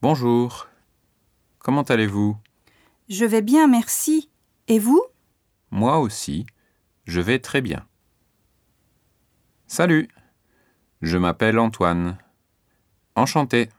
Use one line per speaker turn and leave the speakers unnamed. Bonjour. Comment allez-vous
Je vais bien, merci. Et vous
Moi aussi. Je vais très bien. Salut. Je m'appelle Antoine. Enchanté.